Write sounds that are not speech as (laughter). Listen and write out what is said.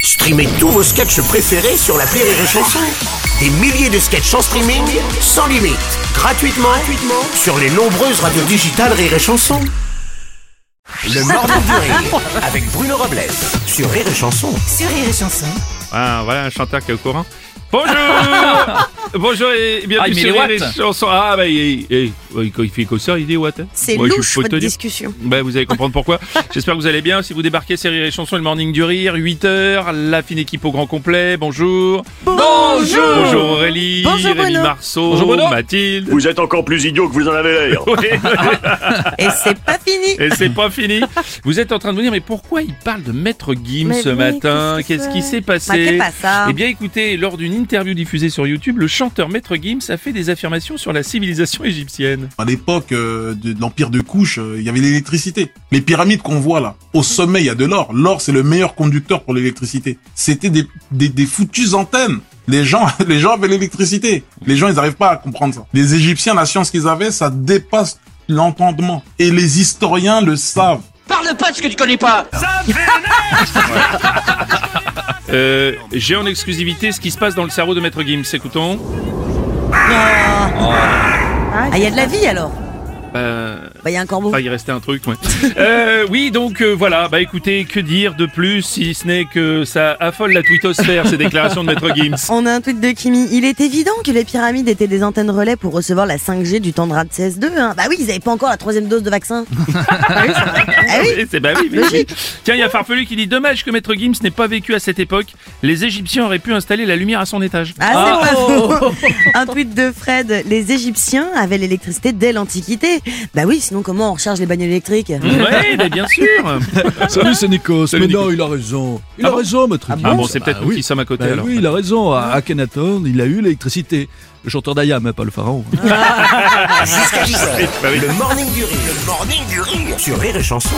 Streamez tous vos sketchs préférés sur la Rire et Chanson. Des milliers de sketchs en streaming, sans limite, gratuitement, gratuitement sur les nombreuses radios digitales Rire et Chanson. Le Morning du Rire avec Bruno Robles sur Rire et Chanson. sur Rire et Chanson. Ah, voilà un chanteur qui est au courant. (laughs) Bonjour Bonjour et bienvenue Ah, il met sur les Rire et watts. Chanson. Ah, bah, il, il- il- quand il fait comme ça, il dit what hein. C'est Moi, je- louche faut te votre dire. discussion. Bah, vous allez comprendre (laughs) pourquoi. J'espère que vous allez bien. Si vous débarquez, c'est Rire et Chanson, le morning du rire, 8h, la fine équipe au grand complet. Bonjour Bonjour Bonjour Aurélie, Bonjour, Rémi Bruno. Marceau, Bonjour, Bruno. Mathilde. Vous êtes encore plus idiot que vous en avez l'air. Et c'est pas (laughs) fini. Et c'est pas fini. Vous êtes en train de vous dire, mais pourquoi il parle de Maître Gims Mais ce oui, matin qu'est-ce Qu'est-ce que qui c'est s'est Bah, passé c'est pas ça. Eh bien écoutez, lors d'une interview diffusée sur YouTube, le chanteur Maître Gims a fait des affirmations sur la civilisation égyptienne. À l'époque euh, de, de l'empire de couche, euh, il y avait l'électricité. Les pyramides qu'on voit là, au sommet, il y a de l'or. L'or, c'est le meilleur conducteur pour l'électricité. C'était des, des, des foutues antennes. Les gens, (laughs) les gens avaient l'électricité. Les gens, ils n'arrivent pas à comprendre ça. Les Égyptiens, la science qu'ils avaient, ça dépasse l'entendement. Et les historiens le savent. Parle pas de ce que tu connais pas Euh, J'ai en exclusivité ce qui se passe dans le cerveau de Maître Gims, écoutons. Ah, il y a de la vie alors. Euh, Bah, il y a un corbeau. ah, il restait un truc, (laughs) ouais. Euh, oui, donc euh, voilà, bah écoutez, que dire de plus si ce n'est que ça affole la twittosphère, ces déclarations de Maître Gims. On a un tweet de Kimi. Il est évident que les pyramides étaient des antennes relais pour recevoir la 5G du Tandra de CS2. hein. Bah oui, ils avaient pas encore la troisième dose de vaccin. (laughs) ah oui, c'est vrai. (laughs) Ah oui. Eh, (laughs) c'est bah oui, mais oui. Tiens, il y a Farfelu qui dit dommage que Maître Gims n'ait pas vécu à cette époque. Les Égyptiens auraient pu installer la lumière à son étage. Ah, c'est pas faux. Un tweet de Fred. Les Égyptiens avaient l'électricité dès l'Antiquité. Bah oui, sinon comment on recharge les bagnoles électriques Oui, mais bien (laughs) sûr. Ah, Salut, c'est Nikos. Salut, mais Nikos. non, il a raison. Il Ah a bon raison, maître Gims. Ah bon, c'est peut-être Bah nous oui. qui sommes à côté Bah alors. oui, il a raison. À Akhenaton, il a eu l'électricité. Le chanteur d'Ayam, hein, pas le pharaon. Jusqu'à 10h, Bah oui. le Morning du Rire, le Morning du Rire sur Rire et Chanson.